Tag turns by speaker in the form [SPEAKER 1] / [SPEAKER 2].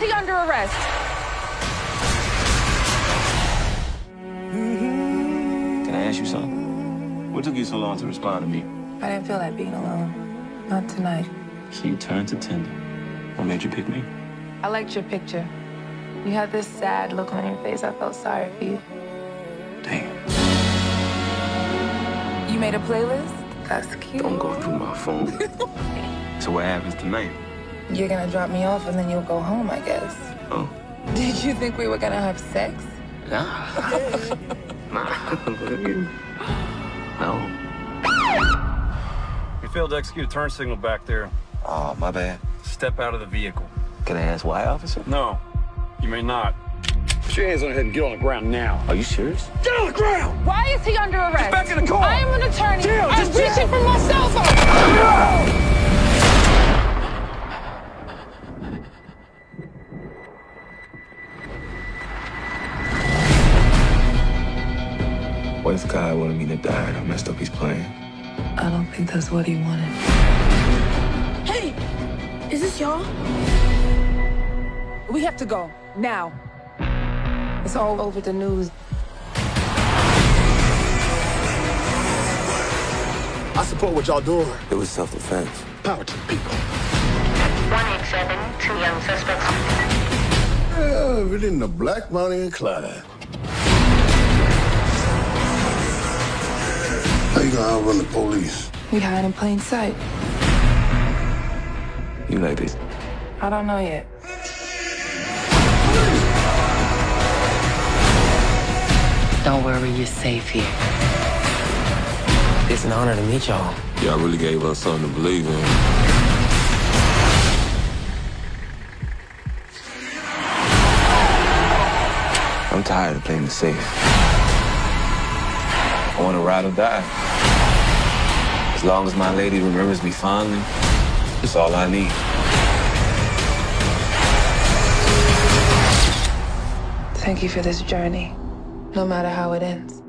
[SPEAKER 1] he under arrest?
[SPEAKER 2] Can I ask you something? What took you so long to respond to me?
[SPEAKER 3] I didn't feel like being alone. Not tonight.
[SPEAKER 2] So you turned to Tinder. What made you pick me?
[SPEAKER 3] I liked your picture. You had this sad look on your face. I felt sorry for you.
[SPEAKER 2] Damn.
[SPEAKER 3] You made a playlist? That's cute.
[SPEAKER 2] Don't go through my phone. so what happens tonight?
[SPEAKER 3] You're gonna drop me off and then you'll go home, I guess.
[SPEAKER 2] Oh.
[SPEAKER 3] Did you think we were gonna have sex?
[SPEAKER 2] Nah. nah. no.
[SPEAKER 4] You failed to execute a turn signal back there.
[SPEAKER 2] Oh, my bad.
[SPEAKER 4] Step out of the vehicle.
[SPEAKER 2] Can I ask why, officer?
[SPEAKER 4] No, you may not.
[SPEAKER 5] Put your hands on your head and get on the ground now.
[SPEAKER 2] Are you serious?
[SPEAKER 5] Get on the ground!
[SPEAKER 1] Why is he under arrest?
[SPEAKER 5] back in the car.
[SPEAKER 1] I am an attorney.
[SPEAKER 5] Jill,
[SPEAKER 1] I'm
[SPEAKER 5] just Jill.
[SPEAKER 1] reaching for my cell phone.
[SPEAKER 2] What if God wanted me to die and I messed up his plan?
[SPEAKER 3] I don't think that's what he wanted.
[SPEAKER 6] Hey, is this y'all?
[SPEAKER 1] We have to go now.
[SPEAKER 3] It's all over the news.
[SPEAKER 5] I support what y'all doing.
[SPEAKER 2] It was self-defense.
[SPEAKER 5] Power to the people.
[SPEAKER 7] 187, two young suspects.
[SPEAKER 5] Yeah, we didn't the Black Money and Clyde. How you gonna outrun the police?
[SPEAKER 3] We hide in plain sight.
[SPEAKER 2] You like this?
[SPEAKER 3] I don't know yet.
[SPEAKER 8] Don't worry, you're safe here.
[SPEAKER 9] It's an honor to meet y'all.
[SPEAKER 2] Y'all really gave us something to believe in. I'm tired of playing the safe. I want to ride or die. As long as my lady remembers me fondly, that's all I need.
[SPEAKER 3] Thank you for this journey, no matter how it ends.